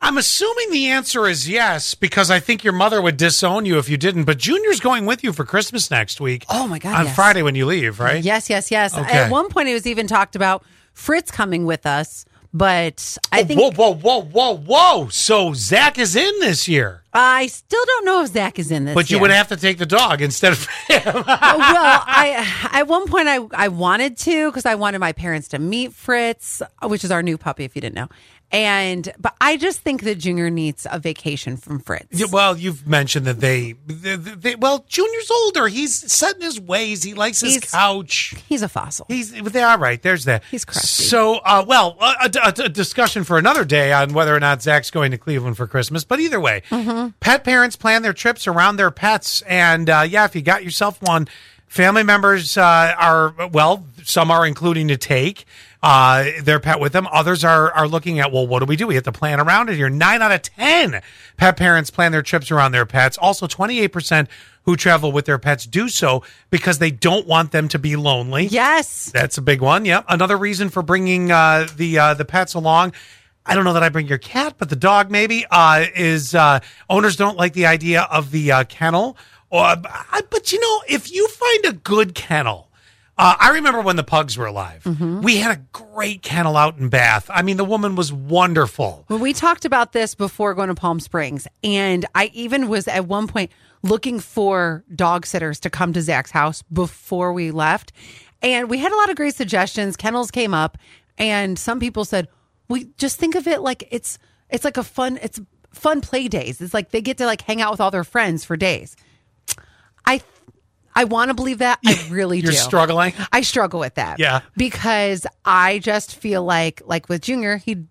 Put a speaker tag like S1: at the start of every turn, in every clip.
S1: I'm assuming the answer is yes because I think your mother would disown you if you didn't. But Junior's going with you for Christmas next week.
S2: Oh, my God,
S1: On
S2: yes.
S1: Friday when you leave, right?
S2: Yes, yes, yes.
S1: Okay.
S2: At one point, it was even talked about Fritz coming with us, but I think
S1: Oh, Whoa, whoa, whoa, whoa, whoa! So Zach is in this year,
S2: I still don't know if Zach is in this.
S1: but you
S2: year.
S1: would have to take the dog instead of him.
S2: Oh, well, I at one point I I wanted to because I wanted my parents to meet Fritz, which is our new puppy, if you didn't know. And but I just think that Junior needs a vacation from Fritz.
S1: Yeah, well, you've mentioned that they, they, they- well, Junior's older. He's set in his ways. He likes his
S2: He's-
S1: couch.
S2: He's a fossil.
S1: He's they are right. There's that.
S2: He's crusty.
S1: So, uh, well, a, a- a discussion for another day on whether or not Zach's going to Cleveland for Christmas. But either way,
S2: Mm-hmm.
S1: pet parents plan their trips around their pets, and uh, yeah, if you got yourself one, family members uh, are well, some are including to take uh, their pet with them. Others are are looking at well, what do we do? We have to plan around it here. Nine out of ten pet parents plan their trips around their pets. Also, twenty eight percent. Who travel with their pets do so because they don't want them to be lonely.
S2: yes.
S1: That's a big one. Yep. Another reason for bringing uh, the uh, the pets along. I don't know that I bring your cat, but the dog maybe uh, is uh, owners don't like the idea of the uh, kennel. Or, I- but you know, if you find a good kennel, uh, I remember when the pugs were alive.
S2: Mm-hmm.
S1: We had a great kennel out in Bath. I mean, the woman was wonderful.
S2: Well, we talked about this before going to Palm Springs, and I even was at one point looking for dog sitters to come to Zach's house before we left. And we had a lot of great suggestions. Kennels came up, and some people said, "We just think of it like it's it's like a fun it's fun play days. It's like they get to like hang out with all their friends for days." I I want to believe that. I really
S1: You're
S2: do.
S1: struggling.
S2: I struggle with that.
S1: Yeah.
S2: Because I just feel like like with Junior, he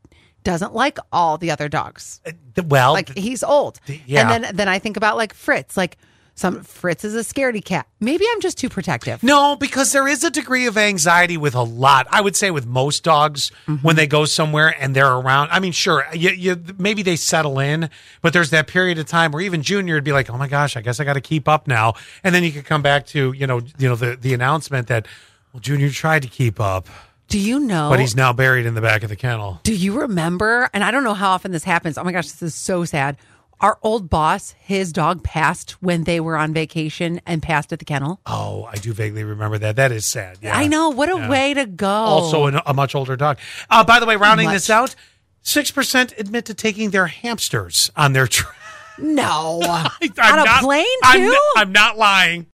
S2: doesn't like all the other dogs.
S1: Well,
S2: Like he's old.
S1: yeah.
S2: And then then I think about like Fritz. Like some Fritz is a scaredy cat. Maybe I'm just too protective.
S1: No, because there is a degree of anxiety with a lot. I would say with most dogs when they go somewhere and they're around. I mean, sure, you, you, maybe they settle in, but there's that period of time where even Junior would be like, "Oh my gosh, I guess I got to keep up now." And then you could come back to you know, you know, the the announcement that well, Junior tried to keep up,
S2: Do you know
S1: but he's now buried in the back of the kennel.
S2: do you remember? And I don't know how often this happens. Oh my gosh, this is so sad. Our old boss, his dog passed when they were on vacation and passed at the kennel.
S1: Oh, I do vaguely remember that. That is sad. Yeah.
S2: I know. What a way to go.
S1: also an, a much older dog. Uh, by the way, rounding
S2: Much.
S1: this out, six percent admit to taking their hamsters on their trip.
S2: no.
S1: I'm
S2: On a
S1: not-
S2: plane,
S1: I'm
S2: too?
S1: not- I'm not lying.